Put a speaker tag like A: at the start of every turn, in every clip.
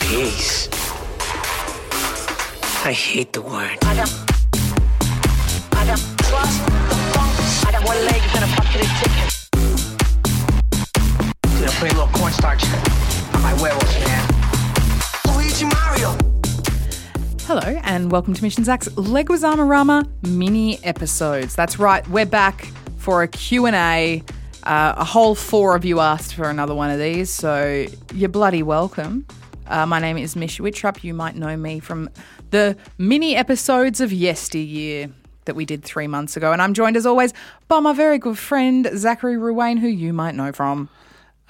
A: Peace. I hate the word.
B: I got, I got trust, I got one leg and a bucket of chicken.
A: Gonna put a little cornstarch on my werewolf, man. Luigi Mario.
C: Hello and welcome to Mission Zach's Leguizamo Rama mini episodes. That's right, we're back for a Q&A. Uh, a whole four of you asked for another one of these, so you're bloody welcome. Uh, my name is Mish Wittrup. You might know me from the mini episodes of yesteryear that we did three months ago. And I'm joined, as always, by my very good friend, Zachary Ruane, who you might know from.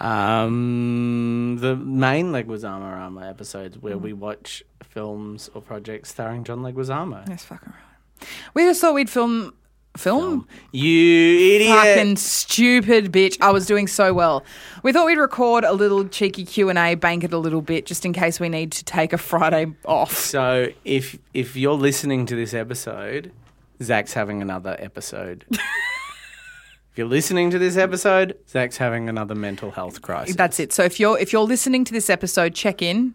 D: Um, the main Leguizamo Rama episodes where we watch films or projects starring John Leguizamo.
C: That's fucking right. We just thought we'd film... Film?
D: You idiot!
C: fucking stupid bitch. I was doing so well. We thought we'd record a little cheeky Q and A, bank it a little bit, just in case we need to take a Friday off.
D: So if if you're listening to this episode, Zach's having another episode. if you're listening to this episode, Zach's having another mental health crisis.
C: That's it. So if you're if you're listening to this episode, check in.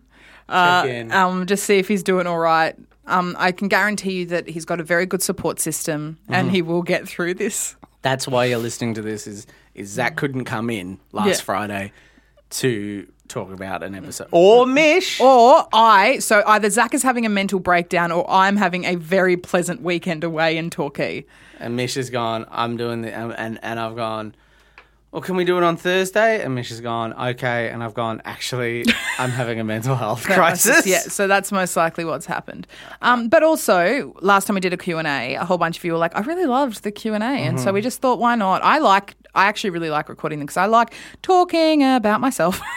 D: Check in.
C: Um, just see if he's doing all right. Um, I can guarantee you that he's got a very good support system, and he will get through this.
D: That's why you're listening to this. Is is Zach couldn't come in last
C: Yeah.
D: Friday to talk about an episode or Mish
C: Or I, so either Zach is having a mental breakdown, or I'm having a very pleasant weekend away in Torquay.
D: And Mish has gone, I'm doing the, and, and, and I've gone, well, can we do it on Thursday? And Mish has gone, okay. And I've gone, actually, I'm having a mental health crisis.
C: Yeah, so that's most likely what's happened. Um, but also, last time we did a Q&A, a whole bunch of you were like, I really loved the Q&A. And
D: Mm-hmm.
C: so we just thought, why not? I like, I actually really like recording them because I like talking about myself.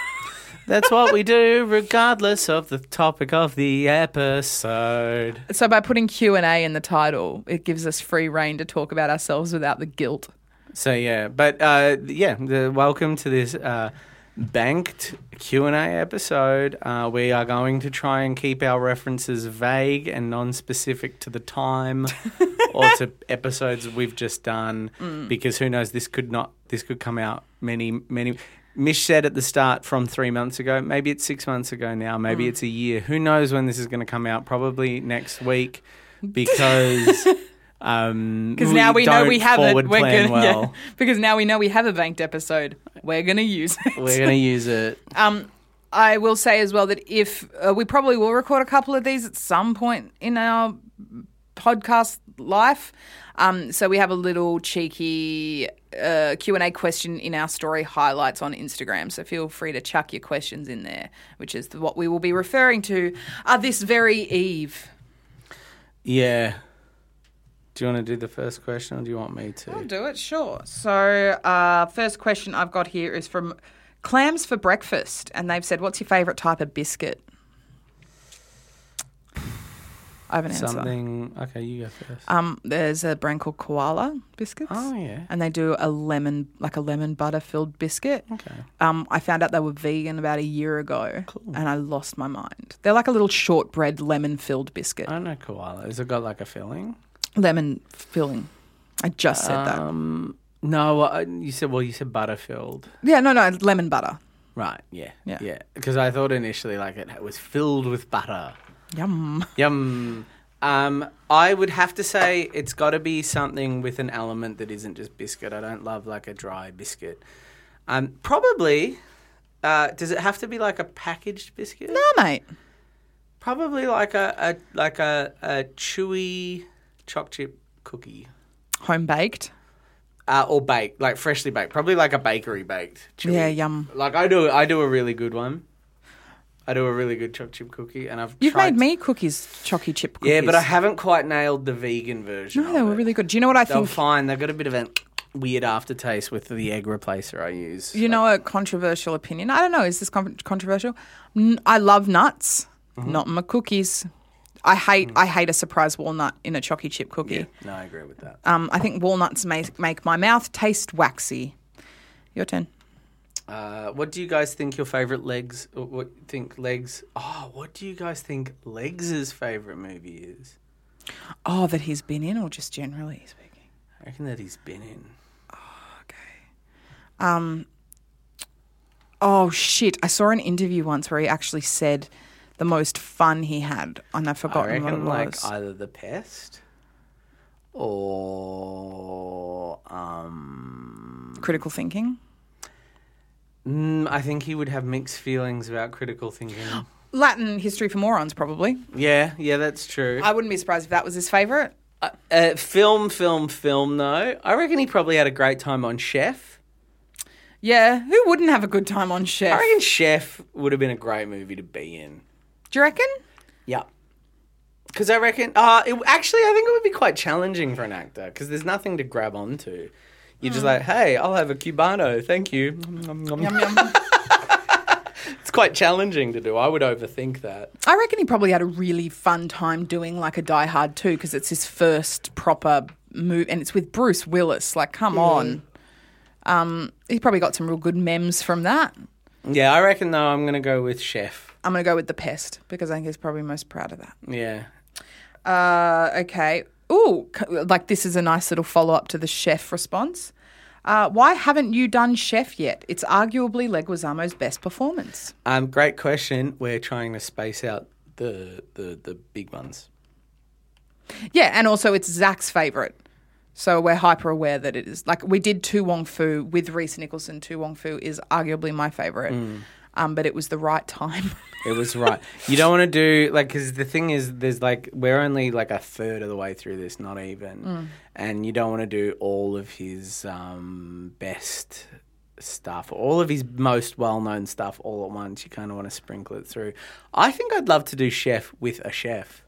D: That's what we do, regardless of the topic of the episode.
C: so by putting Q&A in the title, it gives us free reign to talk about ourselves without the guilt.
D: So, yeah. But, uh, yeah, the, welcome to this uh, banked Q&A episode. Uh, we are going to try and keep our references vague and non-specific to the time. or to episodes we've just done
C: Mm.
D: because who knows this could not this could come out many many Mish said at the start from 3 months ago maybe it's 6 months ago now
C: Mm.
D: maybe it's a year who knows when this is going to come out probably next week because um
C: 'Cause now we know
D: don't
C: we have it.
D: forward plan
C: gonna- yeah.
D: well
C: because now we know we have a banked episode. We're going to use it.
D: we're going to use it
C: I will say as well that if uh, we probably will record a couple of these at some point in our podcast life, um, so we have a little cheeky uh, Q and A question in our story highlights on Instagram. So feel free to chuck your questions in there, which is what we will be referring to uh, this very eve.
D: yeah do you want to do the first question or do you want me to
C: I'll do it, sure. So, uh, first question I've got here is from Clams for Breakfast, and they've said, "What's your favourite type of biscuit?" I have an answer.
D: something okay you go first
C: Um, there's a brand called Koala biscuits.
D: Oh, yeah.
C: and they do a lemon, like a lemon butter filled biscuit. Okay. Um, I found out they were vegan about a year ago, and I lost my mind. They're like a little shortbread lemon filled biscuit,
D: I don't know koala. Has it got like a filling?
C: lemon filling. I just said
D: Um. No, uh, you said well, you said Butterfield,
C: that. Yeah, no, no, lemon butter.
D: right? Yeah,
C: Yeah.
D: yeah. Because I thought initially like it was filled with butter.
C: Yum.
D: Yum. Um, I would have to say it's got to be something with an element that isn't just biscuit. I don't love like a dry biscuit. Um, probably. Uh, does it have to be like a packaged biscuit?
C: No, mate.
D: Probably like a, a like a, a chewy choc chip cookie.
C: Home baked.
D: uh, or baked, like freshly baked, probably like a bakery baked. chewy.
C: Yeah, yum.
D: Like I do, I do a really good one. I do a really good choc chip cookie, and I've
C: You've
D: tried
C: made me cookies, chocky chip cookies.
D: Yeah, but I haven't quite nailed the vegan version.
C: No, they
D: of
C: were
D: it.
C: really good. Do you know what I
D: They're
C: think?
D: fine. They've got a bit of an weird aftertaste with the egg replacer I use.
C: You know, a controversial opinion. I don't know. Is this con- controversial? N- I love nuts, not my cookies. I hate I hate a surprise walnut in a chocky chip cookie.
D: No, I agree with that.
C: Um, I think walnuts make make my mouth taste waxy. Your turn.
D: Uh, what do you guys think your favorite legs? or What think legs? Oh, what do you guys think Legs' favorite movie is?
C: Oh, that he's been in, or just generally speaking.
D: I reckon that he's been in.
C: Oh shit! I saw an interview once where he actually said the most fun he had, and I've
D: I
C: forgotten what it
D: reckon
C: was.
D: like either The Pest or um,
C: Critical thinking.
D: mm, I think he would have mixed feelings about critical thinking.
C: Latin history for morons, probably.
D: yeah, yeah, that's true.
C: I wouldn't be surprised if that was his favorite.
D: Uh, uh, film, film, film. Though I reckon he probably had a great time on Chef.
C: Yeah, who wouldn't have a good time on
D: I
C: Chef?
D: reckon Chef would have been a great movie to be in.
C: Do you reckon?
D: Yeah. Because I reckon, uh, it, actually, I think it would be quite challenging for an actor because there's nothing to grab onto. You're just like, hey, I'll have a Cubano, thank you. it's quite challenging to do. I would overthink that.
C: I reckon he probably had a really fun time doing like a Die Hard 2 because it's his first proper move and it's with Bruce Willis. Like, come on. Um, he probably got some real good memes from that.
D: Yeah, I reckon, though, I'm going to go with Chef.
C: I'm going to go with The Pest because I think he's probably most proud of that.
D: Yeah.
C: Uh, okay. Ooh, c- like this is a nice little follow up to the chef response. Uh, why haven't you done Chef yet? It's arguably Leguizamo's best performance.
D: Um, great question. We're trying to space out the, the, the big ones.
C: Yeah, and also it's Zach's favourite. So we're hyper aware that it is. Like we did Tu Wong Fu with Reese Nicholson. Tu Wong Fu is arguably my favourite.
D: Mm.
C: Um, but it was the right time.
D: It was right. you don't want to do like because the thing is, there's like we're only like a third of the way through this, not even,
C: Mm.
D: and you don't want to do all of his um, best stuff, all of his most well-known stuff, all at once. You kind of want to sprinkle it through. I think I'd love to do chef with a chef.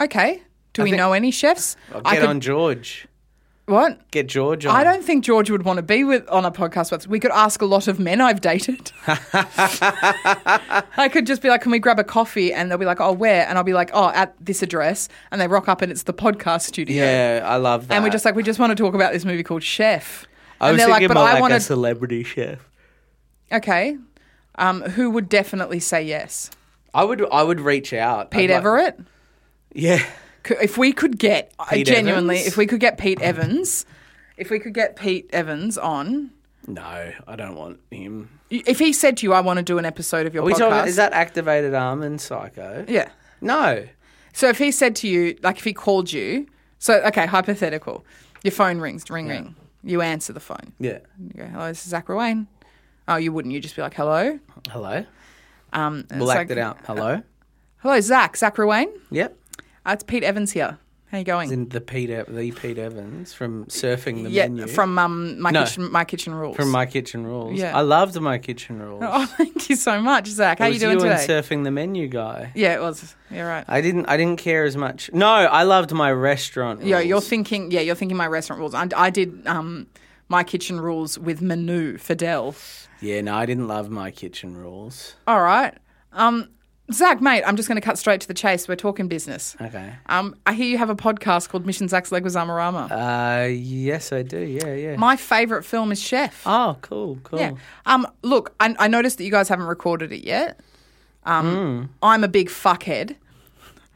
C: okay. Do we know any chefs?
D: I'll
C: I
D: get
C: could-
D: on George.
C: What?
D: Get George on.
C: I don't think George would want to be with on a podcast with. We could ask a lot of men I've dated. I could just be like, "Can we grab a coffee?" And they'll be like, "Oh, where?" And I'll be like, "Oh, at this address." And they rock up, and it's the podcast studio.
D: Yeah, I love that.
C: And we're just like, "We just want to talk about this movie called Chef."
D: I
C: and
D: was
C: they're like,
D: thinking
C: "But
D: more
C: I
D: like
C: want
D: a
C: to."
D: celebrity chef.
C: Okay, um, who would definitely say yes?
D: I would. I would reach out.
C: Pete
D: I'd like-
C: Everett.
D: Yeah.
C: Could- If we could get I
D: Pete
C: genuinely,
D: Evans?
C: if we could get Pete Evans, if we could get Pete Evans on.
D: No, I don't want him.
C: If he said to you, "I want to do an episode of your
D: Are we
C: podcast,"
D: talking about, is that activated arm and psycho?
C: yeah.
D: No.
C: So if he said to you, like if he called you, so okay, hypothetical, your phone rings, ring, ring. You answer the phone.
D: Yeah.
C: You go, hello, this is Zach Wayne. Oh, you wouldn't. You'd just be like, hello.
D: Hello.
C: Um,
D: We'll
C: it's
D: act
C: like,
D: it out. Hello.
C: Hello, Zach. Zach Wayne.
D: Yep.
C: Uh, it's Pete Evans here. How you going?
D: Then the Pete, Ev- the Pete Evans from surfing the
C: yeah,
D: menu
C: from um, my
D: No.
C: kitchen, my kitchen rules.
D: from My Kitchen Rules.
C: Yeah.
D: I loved My Kitchen Rules.
C: oh, thank you so much, Zach. How
D: it
C: are
D: was
C: you doing
D: and
C: today?
D: surfing the menu guy.
C: Yeah, it was. You're right.
D: I didn't. I didn't care as much. No, I loved my restaurant. Rules.
C: Yeah, you're thinking. Yeah, you're thinking my restaurant rules. I, I did um, my kitchen rules with Manu Fidel.
D: yeah, no, I didn't love My Kitchen Rules.
C: All right. Um, Zach, mate, I'm just going to cut straight to the chase. We're talking business.
D: Okay.
C: Um, I hear you have a podcast called Mission Zach's Leguizamarama.
D: Uh, yes, I do. Yeah, yeah.
C: My favourite film is Chef.
D: oh, cool, cool.
C: Yeah. Um, look, I, I noticed that you guys haven't recorded it yet. Um,
D: Hmm.
C: I'm a big fuckhead.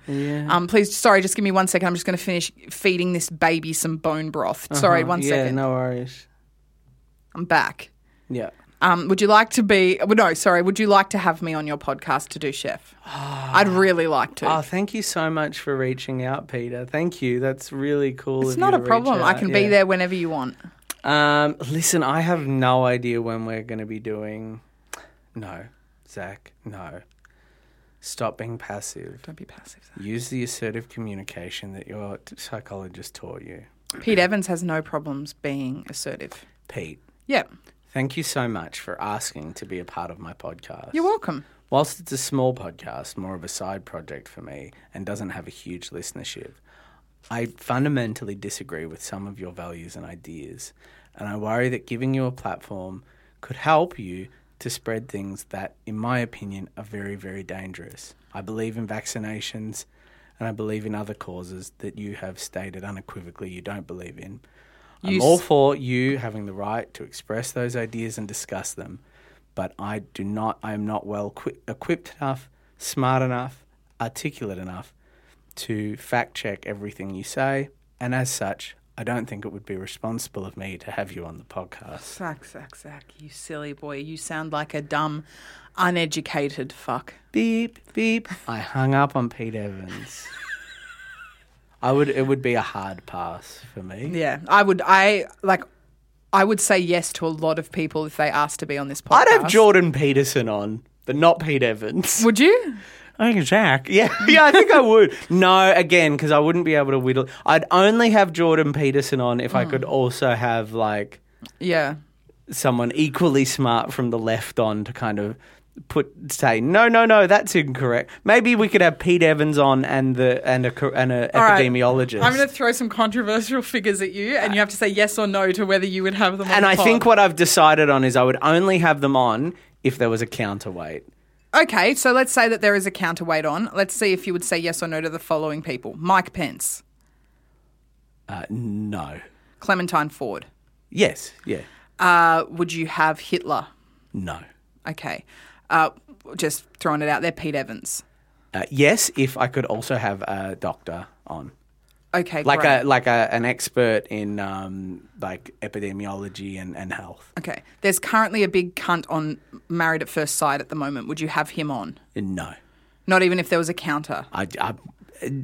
C: Yeah. Um, please, sorry, just give me one second. I'm just going to finish feeding this baby some bone broth. Sorry, one
D: Uh-huh. Oh, yeah,
C: second.
D: no worries.
C: I'm back.
D: Yeah.
C: Um, would you like to be? well, No, sorry. Would you like to have me on your podcast to do Chef?
D: Ah.
C: I'd really like to.
D: Oh, thank you so much for reaching out, Peter. Thank you. That's really cool.
C: It's
D: of you
C: not
D: to
C: a
D: reach
C: problem. I
D: out.
C: can be
D: Yeah.
C: there whenever you want.
D: Um, listen, I have no idea when we're going to be doing. No, Zach, no. Stop being passive.
C: Don't be passive.
D: Use the assertive communication that your t- psychologist taught you.
C: Pete Evans has no problems being assertive.
D: Pete,
C: Yep.
D: thank you so much for asking to be a part of my podcast.
C: You're welcome.
D: Whilst it's a small podcast, more of a side project for me, and doesn't have a huge listenership, I fundamentally disagree with some of your values and ideas, and I worry that giving you a platform could help you to spread things that, in my opinion, are very, very dangerous. I believe in vaccinations and I believe in other causes that you have stated unequivocally you don't believe in. I'm
C: You s-
D: all for you having the right to express those ideas and discuss them, but I do not. I am not well qui- equipped enough, smart enough, articulate enough to fact check everything you say, and as such, I don't think it would be responsible of me to have you on the podcast.
C: Zach, Zach, Zach, you silly boy. You sound like a dumb, uneducated fuck.
D: beep beep. I hung up on Pete Evans. I would. It would be a hard pass for me.
C: Yeah, I would. I like. I would say yes to a lot of people if they asked to be on this podcast.
D: I'd have Jordan Peterson on, but not Pete Evans.
C: Would you?
D: I think Jack. Yeah, yeah, I think I would. No, again, because I wouldn't be able to whittle. I'd only have Jordan Peterson on if I
C: Hmm.
D: could also have like
C: Yeah.
D: someone equally smart from the left on to kind of put say no, no, no, that's incorrect. Maybe we could have Pete Evans on and the and a cor- and a
C: All right.
D: epidemiologist.
C: I'm going to throw some controversial figures at you, and you have to say yes or no to whether you would have them. on
D: Uh, and
C: the
D: I
C: pod.
D: think what I've decided on is I would only have them on if there was a counterweight.
C: Okay, so let's say that there is a counterweight on. Let's see if you would say yes or no to the following people: Mike Pence,
D: Uh, no.
C: Clementine Ford.
D: Yes. Yeah.
C: Uh, would you have Hitler?
D: No.
C: Okay, uh, just throwing it out there. Pete Evans.
D: Uh, yes, if I could also have a doctor on,
C: Okay,
D: like
C: great.
D: a like a, an expert in um, like epidemiology and, and health.
C: Okay. There's currently a big cunt on Married at First Sight at the moment. Would you have him on?
D: No,
C: Not even if there was a counter.
D: I, I,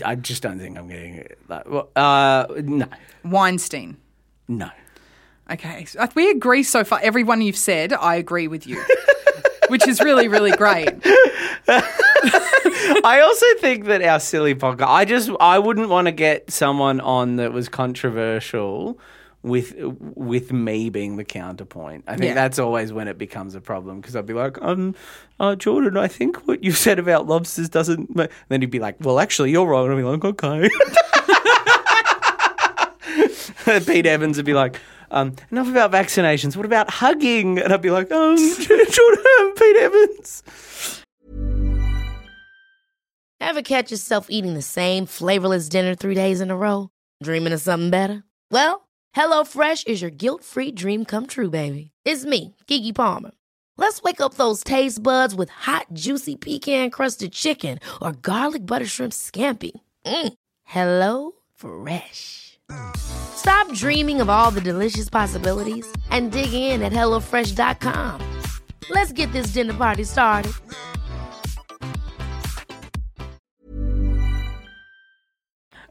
D: I just don't think I'm getting it. Like, well, uh, no,
C: Weinstein.
D: no.
C: Okay. So, uh, we agree so far. Everyone you've said, I agree with you, which is really, really great.
D: I also think that our silly podcast. I just I wouldn't want to get someone on that was controversial with with me being the counterpoint. I think
C: Yeah.
D: that's always when it becomes a problem because I'd be like, um, uh, Jordan, I think what you said about lobsters doesn't. ma-" And then he'd be like, Well, actually, you're wrong. And I'd be like, Okay. Pete Evans would be like, um, enough about vaccinations. What about hugging? And I'd be like, um, Jordan, Pete Evans.
E: Ever catch yourself eating the same flavorless dinner three days in a row? Dreaming of something better? Well, HelloFresh is your guilt free dream come true, baby. It's me, Gigi Palmer. Let's wake up those taste buds with hot, juicy pecan crusted chicken or garlic butter shrimp scampi. Mm. Hello Fresh. Stop dreaming of all the delicious possibilities and dig in at HelloFresh.com. Let's get this dinner party started.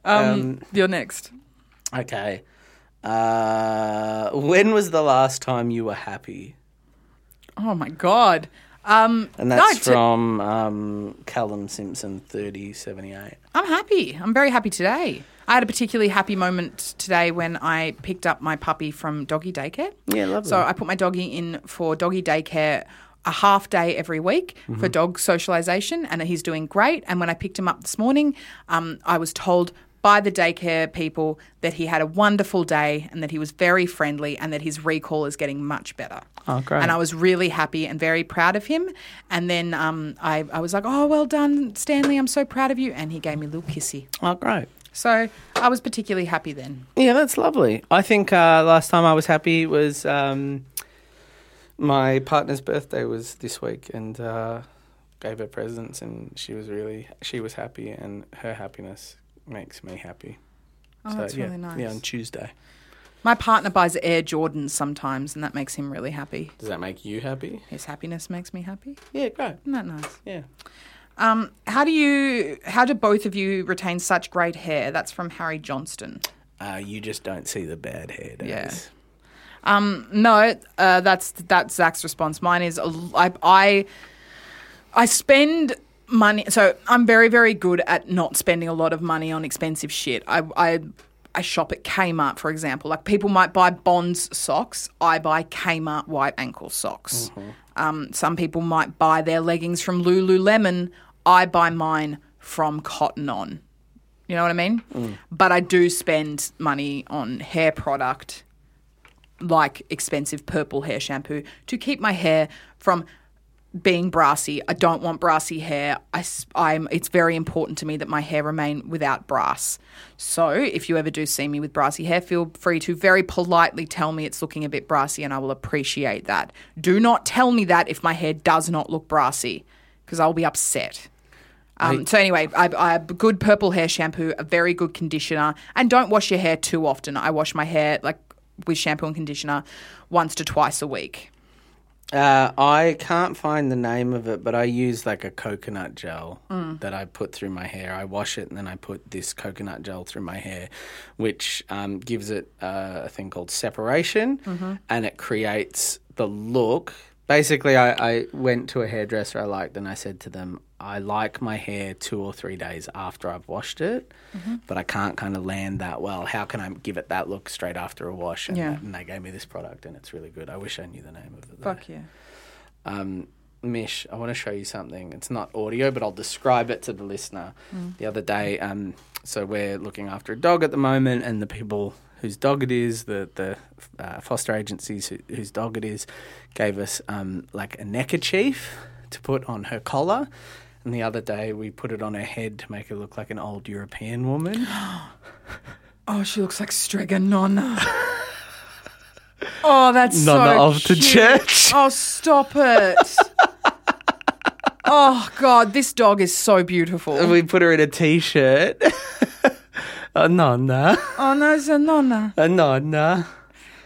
C: Um,
D: Um,
C: you're next.
D: Okay. Uh, when was the last time you were happy?
C: Oh my God. Um,
D: And
C: no,
D: that's
C: t-
D: from um, Callum Simpson, thirty seventy eight.
C: I'm happy. I'm very happy today. I had a particularly happy moment today when I picked up my puppy from doggy daycare.
D: Yeah, lovely.
C: So I put my doggy in for doggy daycare a half day every week
D: Mm-hmm.
C: for dog socialization, and he's doing great. And when I picked him up this morning, um, I was told by the daycare people that he had a wonderful day and that he was very friendly and that his recall is getting much better. Oh,
D: great.
C: And I was really happy and very proud of him. And then um, I, I was like, oh, well done, Stanley. I'm so proud of you. And he gave me a little kissy.
D: Oh, great.
C: So I was particularly happy then.
D: Yeah, that's lovely. I think uh, last time I was happy was um, my partner's birthday was this week, and uh, gave her presents, and she was really she was happy, and her happiness makes me happy.
C: Oh, that's
D: yeah,
C: really nice.
D: Yeah, on Tuesday.
C: My partner buys Air Jordans sometimes, and that makes him really happy.
D: Does that make you happy?
C: His happiness makes me happy.
D: Yeah, great.
C: Isn't that nice?
D: Yeah.
C: Um, how do you? How do both of you retain such great hair? That's from Harry Johnston.
D: Uh, you just don't see the bad hair days.
C: Yeah. No, uh, that's that's Zach's response. Mine is a l- I I, I spend money. So I'm very very good at not spending a lot of money on expensive shit. I I. I shop at Kmart, for example. Like people might buy Bonds socks. I buy Kmart white ankle socks. Um, some people might buy their leggings from Lululemon. I buy mine from Cotton On. You know what I mean? But I do spend money on hair product, like expensive purple hair shampoo, to keep my hair from being brassy. I don't want brassy hair. I, am it's very important to me that my hair remain without brass. So if you ever do see me with brassy hair, feel free to very politely tell me it's looking a bit brassy and I will appreciate that. Do not tell me that if my hair does not look brassy because I'll be upset. Um, so anyway, I, I have good purple hair shampoo, a very good conditioner, and don't wash your hair too often. I wash my hair like with shampoo and conditioner once to twice a week.
D: Uh, I can't find the name of it, but I use like a coconut gel
C: Mm.
D: that I put through my hair. I wash it and then I put this coconut gel through my hair, which um, gives it uh, a thing called separation
C: Mm-hmm.
D: and it creates the look. Basically, I, I went to a hairdresser I liked and I said to them, I like my hair two or three days after I've washed it,
C: Mm-hmm.
D: but I can't kind of land that well. How can I give it that look straight after a wash? And,
C: Yeah.
D: and they gave me this product and it's really good. I wish I knew the name of it. though.
C: Fuck yeah.
D: Um, Mish, I want to show you something. It's not audio, but I'll describe it to the listener. The other day, um, so we're looking after a dog at the moment, and the people whose dog it is, the the uh, foster agencies who, whose dog it is, gave us um, like a neckerchief to put on her collar. And the other day, we put it on her head to make her look like an old European woman.
C: Oh, she looks like Strega Nonna. oh, that's
D: Nonna
C: so
D: of the
C: cute.
D: church.
C: Oh, stop it. oh God, this dog is so beautiful.
D: And we put her in a t-shirt. a nonna,
C: oh no, it's a Nonna.
D: a nonna.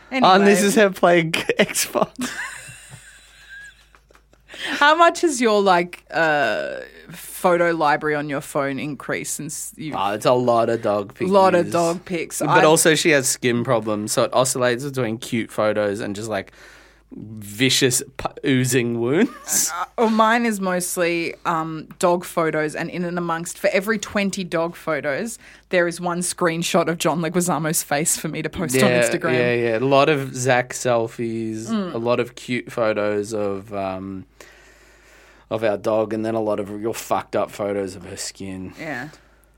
C: Anyway,
D: And this is her playing Xbox.
C: how much has your like uh, photo library on your phone increased since you?
D: Oh, it's a lot of dog pics.
C: lot of dog pics.
D: But
C: I-
D: also, she has skin problems, so it oscillates between cute photos and just like vicious pu- oozing wounds.
C: Well, oh, mine is mostly um, dog photos, and in and amongst, for every 20 dog photos, there is one screenshot of John Leguizamo's face for me to post on Instagram. Mm.
D: yeah, yeah. A lot of Zach selfies, a lot of cute photos of um, of our dog, and then a lot of real fucked up photos of her skin.
C: Yeah.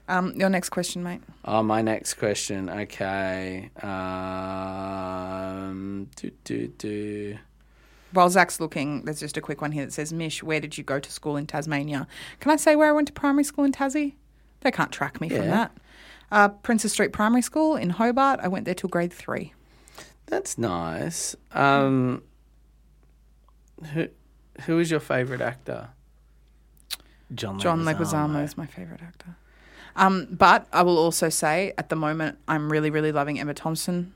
C: Um, your next question, mate.
D: Oh, my next question. Okay. Um, do do do.
C: While Zach's looking, there's just a quick one here that says, Mish, where did you go to school in Tasmania? Can I say where I went to primary school in Tassie? They can't track me from
D: Yeah.
C: that. Uh, Princess Street Primary School in Hobart. I went there till grade three.
D: That's nice. Um, who who is your favorite actor? John
C: John Leguizamo is my favorite actor. Um, but I will also say, at the moment, I'm really, really loving Emma Thompson.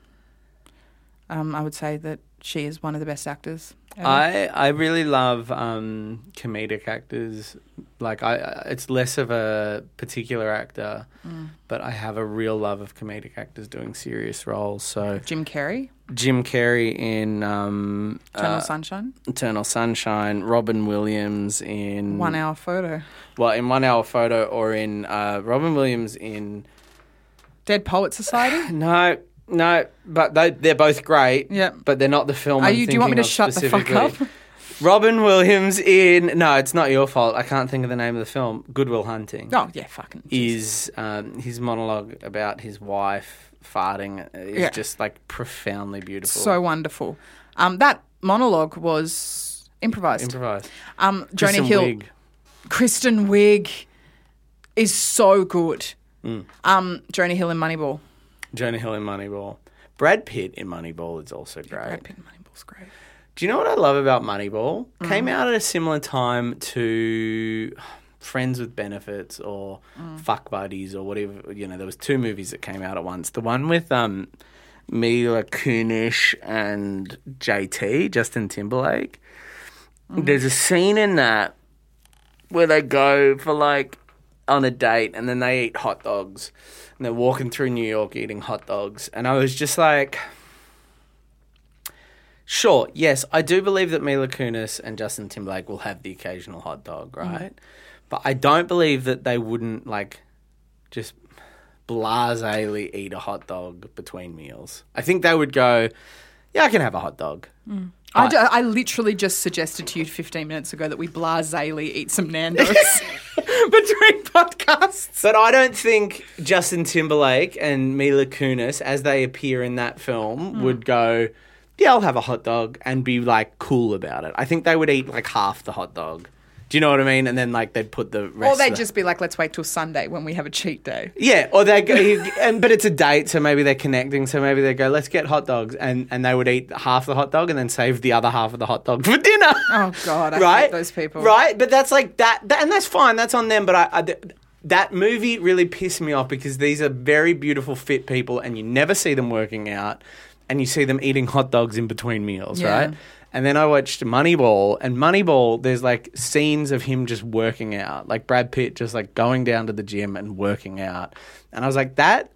C: Um, I would say that she is one of the best actors. ever.
D: I I really love um, comedic actors. Like I, I- it's less of a particular actor,
C: Mm.
D: but I have a real love of comedic actors doing serious roles. So
C: Jim Carrey,
D: Jim Carrey in um,
C: Eternal
D: uh,
C: Sunshine,
D: Eternal Sunshine, Robin Williams in
C: One Hour Photo,
D: well in One Hour Photo, or in uh, Robin Williams in.
C: Dead Poet Society.
D: No, no, but they, they're both great.
C: Yeah.
D: But they're not the film.
C: Are
D: I'm
C: you- do you want me
D: thinking
C: to
D: of
C: shut the fuck up?
D: specifically. Robin Williams in. No, it's not your fault. I can't think of the name of the film. Goodwill Hunting
C: oh yeah, fucking.
D: is um, his monologue about his wife farting is
C: Yeah.
D: just like profoundly beautiful.
C: so wonderful. Um, that monologue was improvised.
D: improvised.
C: um, Jonah
D: Kristen
C: Hill,
D: Wiig.
C: Kristen Wiig is so good. Um, Jonah Hill in Moneyball.
D: Jonah Hill in Moneyball. Brad Pitt in Moneyball is also great.
C: Brad Pitt in Moneyball's great.
D: Do you know what I love about Moneyball? Came out at a similar time to Friends with Benefits or Fuck Buddies or whatever. You know, there was two movies that came out at once. The one with um, Mila Kunis and JT Justin Timberlake. There's a scene in that where they go for like on a date and then they eat hot dogs and they're walking through New York eating hot dogs and I was just like. Sure. Yes, I do believe that Mila Kunis and Justin Timberlake will have the occasional hot dog, right? But I don't believe that they wouldn't like just blasely eat a hot dog between meals. I think they would go, "Yeah, I can have a hot dog."
C: I, ju- I literally just suggested to you 15 minutes ago that we blasely eat some Nando's between podcasts.
D: But I don't think Justin Timberlake and Mila Kunis, as they appear in that film,
C: Hmm.
D: would go, Yeah, I'll have a hot dog and be like cool about it. I think they would eat like half the hot dog. Do you know what I mean? And then like they'd put the rest.
C: Or they'd
D: of the-
C: just be like, let's wait till Sunday when we have a cheat day.
D: yeah, or they go, and but it's a date, so maybe they're connecting. So maybe they go, let's get hot dogs, and and they would eat half the hot dog and then save the other half of the hot dog for dinner.
C: Oh, God, I hate those people.
D: Right, but that's like that, that and that's fine. That's on them. But I, I th- that movie really pissed me off because these are very beautiful, fit people, and you never see them working out, and you see them eating hot dogs in between meals,
C: Yeah.
D: right? And then I watched Moneyball, and Moneyball, there's like scenes of him just working out, like Brad Pitt just like going down to the gym and working out. And I was like, that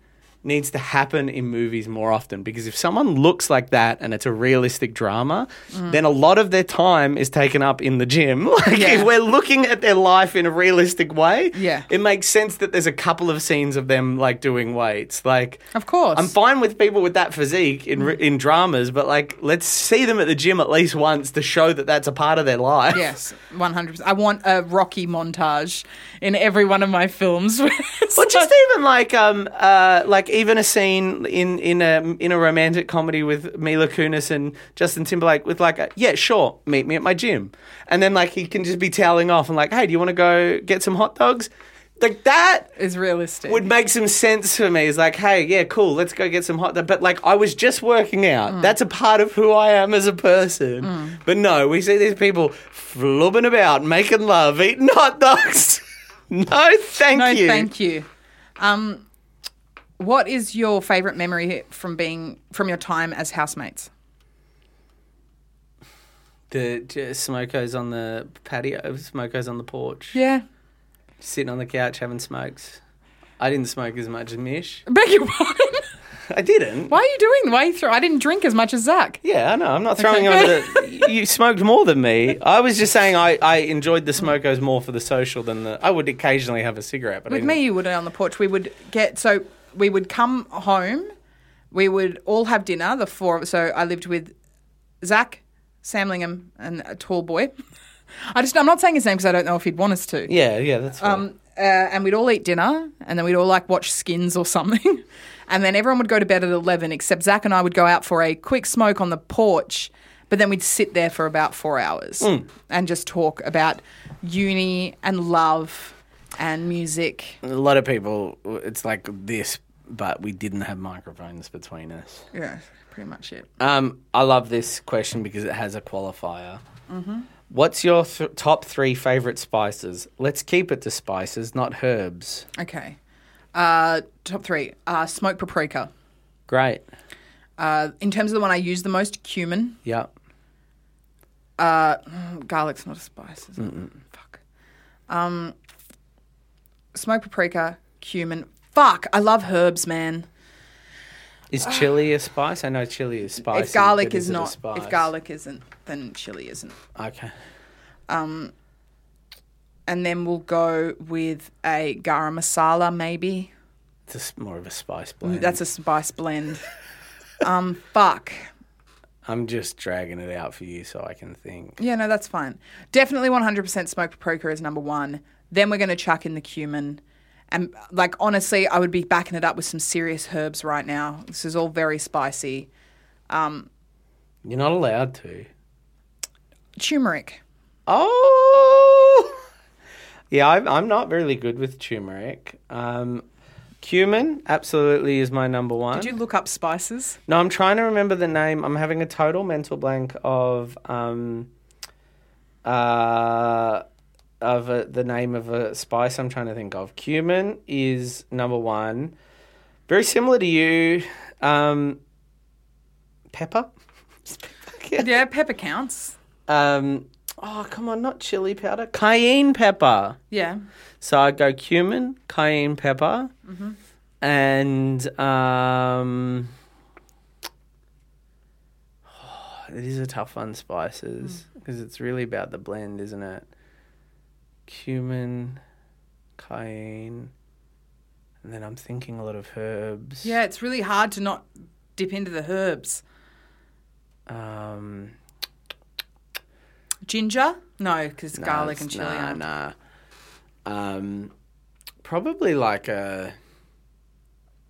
D: needs to happen in movies more often because if someone looks like that and it's a realistic drama,
C: Mm.
D: then a lot of their time is taken up in the gym. Like
C: Yeah.
D: if we're looking at their life in a realistic way,
C: Yeah.
D: it makes sense that there's a couple of scenes of them like doing weights. Like
C: Of course.
D: I'm fine with people with that physique in re- in dramas, but like let's see them at the gym at least once to show that that's a part of their life.
C: Yes, 100%. I want a Rocky montage in every one of my films.
D: Well, just even like um uh like even a scene in in a in a romantic comedy with Mila Kunis and Justin Timberlake with like a, yeah sure meet me at my gym and then like he can just be toweling off and like hey do you want to go get some hot dogs like that
C: is realistic.
D: would make some sense for me. It's like, hey, yeah, cool, let's go get some hot dog. But like, I was just working out.
C: Mm.
D: That's a part of who I am as a person. But no, we see these people flubbing about, making love, eating hot dogs. no, thank
C: no,
D: you.
C: thank you. Um, what is your favourite memory from being from your time as housemates?
D: The j- smokers on the patio, smokers on the porch,
C: Yeah.
D: sitting on the couch having smokes. I didn't smoke as much as Mish.
C: Beg your pardon.
D: I didn't.
C: Why are you doing? Why are you throw? I didn't drink as much as Zach.
D: Yeah, I know. I'm not throwing you under the. You smoked more than me. I was just saying I, I enjoyed the smokos more for the social than the. I would occasionally have a cigarette, but I
C: With
D: didn't-
C: me, you would on the porch. We would get so we would come home. We would all have dinner. The four. of So I lived with Zach, Sam Lingham, and a tall boy. I just I'm not saying his name because I don't know if he'd want us to.
D: Yeah, yeah, that's fine.
C: Um, uh, and we'd all eat dinner, and then we'd all like watch Skins or something, and then everyone would go to bed at eleven, except Zach and I would go out for a quick smoke on the porch, but then we'd sit there for about four hours and just talk about uni and love and music.
D: a lot of people. It's like this, but we didn't have microphones between us.
C: Yeah, pretty much it.
D: Um, I love this question because it has a qualifier.
C: Mm-hmm.
D: What's your th- top three favorite spices? Let's keep it to spices, not herbs.
C: Okay, uh, top three: uh, smoked paprika.
D: Great.
C: Uh, in terms of the one I use the most, cumin. Mm,
D: Yeah.
C: garlic's not a spice, is it? Fuck. Um, smoked paprika, cumin. Fuck, I love herbs, man.
D: Is chili a spice? I know chili is spicy.
C: Ah. if garlic
D: but
C: is
D: it a
C: not,
D: spice?
C: if garlic isn't, then chili isn't.
D: Okay.
C: And then we'll go with a garam masala, maybe.
D: It's a s- more of a spice blend.
C: That's a spice blend. um, fuck.
D: I'm just dragging it out for you so I can think.
C: Yeah, no, that's fine. Definitely 100% smoked paprika is number one. Then we're going to chuck in the cumin. And, like, honestly, I would be backing it up with some serious herbs right now. This is all very spicy.
D: You're not allowed to.
C: Turmeric.
D: Oh, yeah. I'm, I'm not really good with turmeric. Um, cumin absolutely is my number one.
C: Did you look up spices?
D: No, I'm trying to remember the name. I'm having a total mental blank of um, uh, of a, the name of a spice. I'm trying to think of. Cumin is number one. Very similar to you, um, pepper.
C: Yeah, pepper counts.
D: Um, oh come on, not chili powder, cayenne pepper.
C: Yeah.
D: So I go cumin, cayenne pepper,
C: Mm-hmm.
D: and um, it is a tough one, spices,
C: Mm.
D: because it's really about the blend, isn't it? Cumin, cayenne, and then I'm thinking a lot of herbs.
C: Yeah, it's really hard to not dip into the herbs.
D: Um,
C: Ginger? No, because garlic and
D: it's-
C: chili
D: Nah,
C: aren't.
D: nah. Um, probably like a.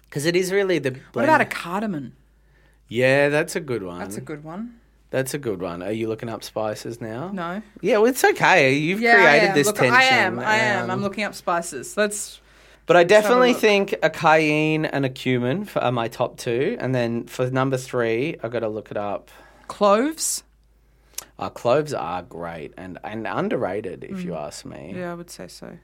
D: Because it is really the.
C: What about a cardamom?
D: Yeah, that's a good one.
C: That's a good one.
D: That's a good one. Are you looking up spices now?
C: No.
D: Yeah, well, it's okay. You've
C: Yeah, I
D: created
C: am.
D: this
C: Look,
D: tension.
C: I am. I am.
D: Um,
C: I'm looking up spices. That's
D: But I
C: have a
D: definitely
C: look.
D: think a cayenne and a cumin for, are my top two. And then for number three, I've got to look it up.
C: cloves.
D: Our cloves are great and, and underrated, if you ask me.
C: Mm. Yeah, I would say so.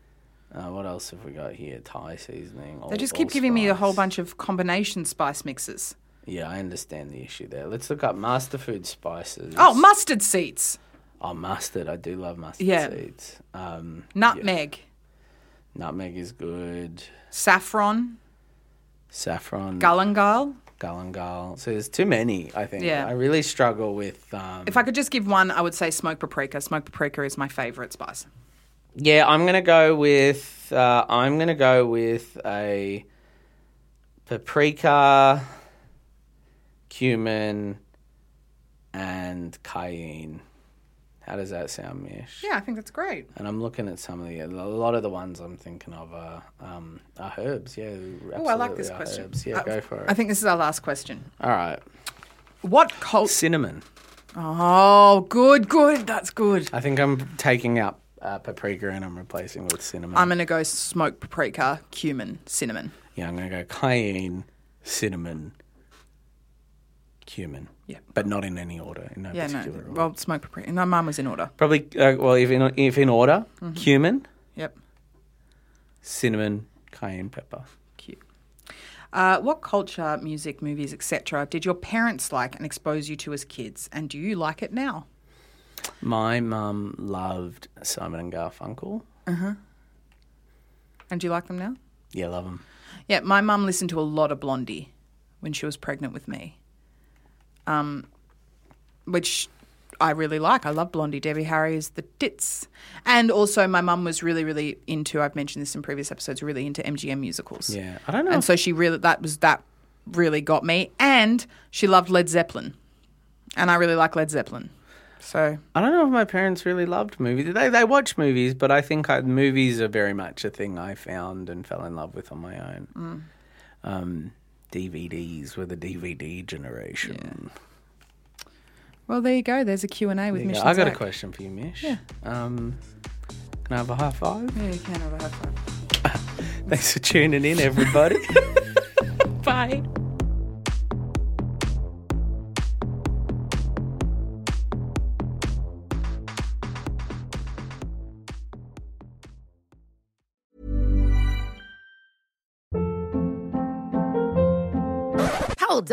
D: Uh, what else have we got here? Thai seasoning.
C: They just keep giving me a whole bunch of combination spice mixes.
D: Yeah, I understand the issue there. Let's look up master food spices.
C: Oh, mustard seeds,
D: oh mustard. I do love mustard
C: Yeah.
D: seeds. Um,
C: nutmeg,
D: nutmeg is good.
C: saffron,
D: Saffron.
C: galangal.
D: Galangal. So there's too many, I think.
C: Yeah.
D: I really struggle with. Um,
C: If I could just give one, I would say smoked paprika. Smoked paprika is my favorite spice.
D: yeah, I'm gonna go with. Uh, I'm gonna go with a paprika, cumin, and cayenne. How does that sound, Mish?
C: Yeah, I think that's great.
D: And I'm looking at some of the. A lot of the ones I'm thinking of are um, are herbs. Yeah.
C: Oh, I like
D: absolutely
C: this
D: are
C: question.
D: herbs. Yeah,
C: I-
D: go for it.
C: I think this is our last question.
D: All right.
C: What cult?
D: Cinnamon.
C: Oh, good, good. That's good.
D: I think I'm taking out uh, paprika and I'm replacing with cinnamon.
C: I'm gonna go smoked paprika, cumin, cinnamon.
D: Yeah, I'm going to go cayenne, cinnamon, cumin.
C: Yeah.
D: But not in any order, in no
C: Yeah, no.
D: particular order.
C: Well, smoked paprika. No, mine was in order.
D: Probably, uh, well, if in, if in order,
C: Mm-hmm.
D: cumin,
C: Yep.
D: cinnamon, cayenne pepper.
C: Cute. Uh, what culture, music, movies, etc., did your parents like and expose you to as kids, and do you like it now?
D: My mum loved Simon and Garfunkel.
C: And do you like them now?
D: Yeah, love them.
C: Yeah, my mum listened to a lot of Blondie when she was pregnant with me, um, which I really like. I love Blondie. Debbie Harry is the tits, and also my mum was really, really into. I've mentioned this in previous episodes. Really into MGM musicals.
D: Yeah. I don't know.
C: and
D: if-
C: so she really that was that really got me and she loved led zeppelin and i really like led zeppelin so
D: I don't know if my parents really loved movies. They they watch movies, but I think I, movies are very much a thing I found and fell in love with on my own.
C: Mm.
D: Um, DVDs were the DVD generation.
C: well there you go there's a q&a with
D: There you go.
C: mission
D: I got a
C: Zach.
D: question for you, Mish. Yeah. Um, can I have a high five?
C: yeah you can have a high five
D: Thanks for tuning in, everybody.
C: bye
E: Hold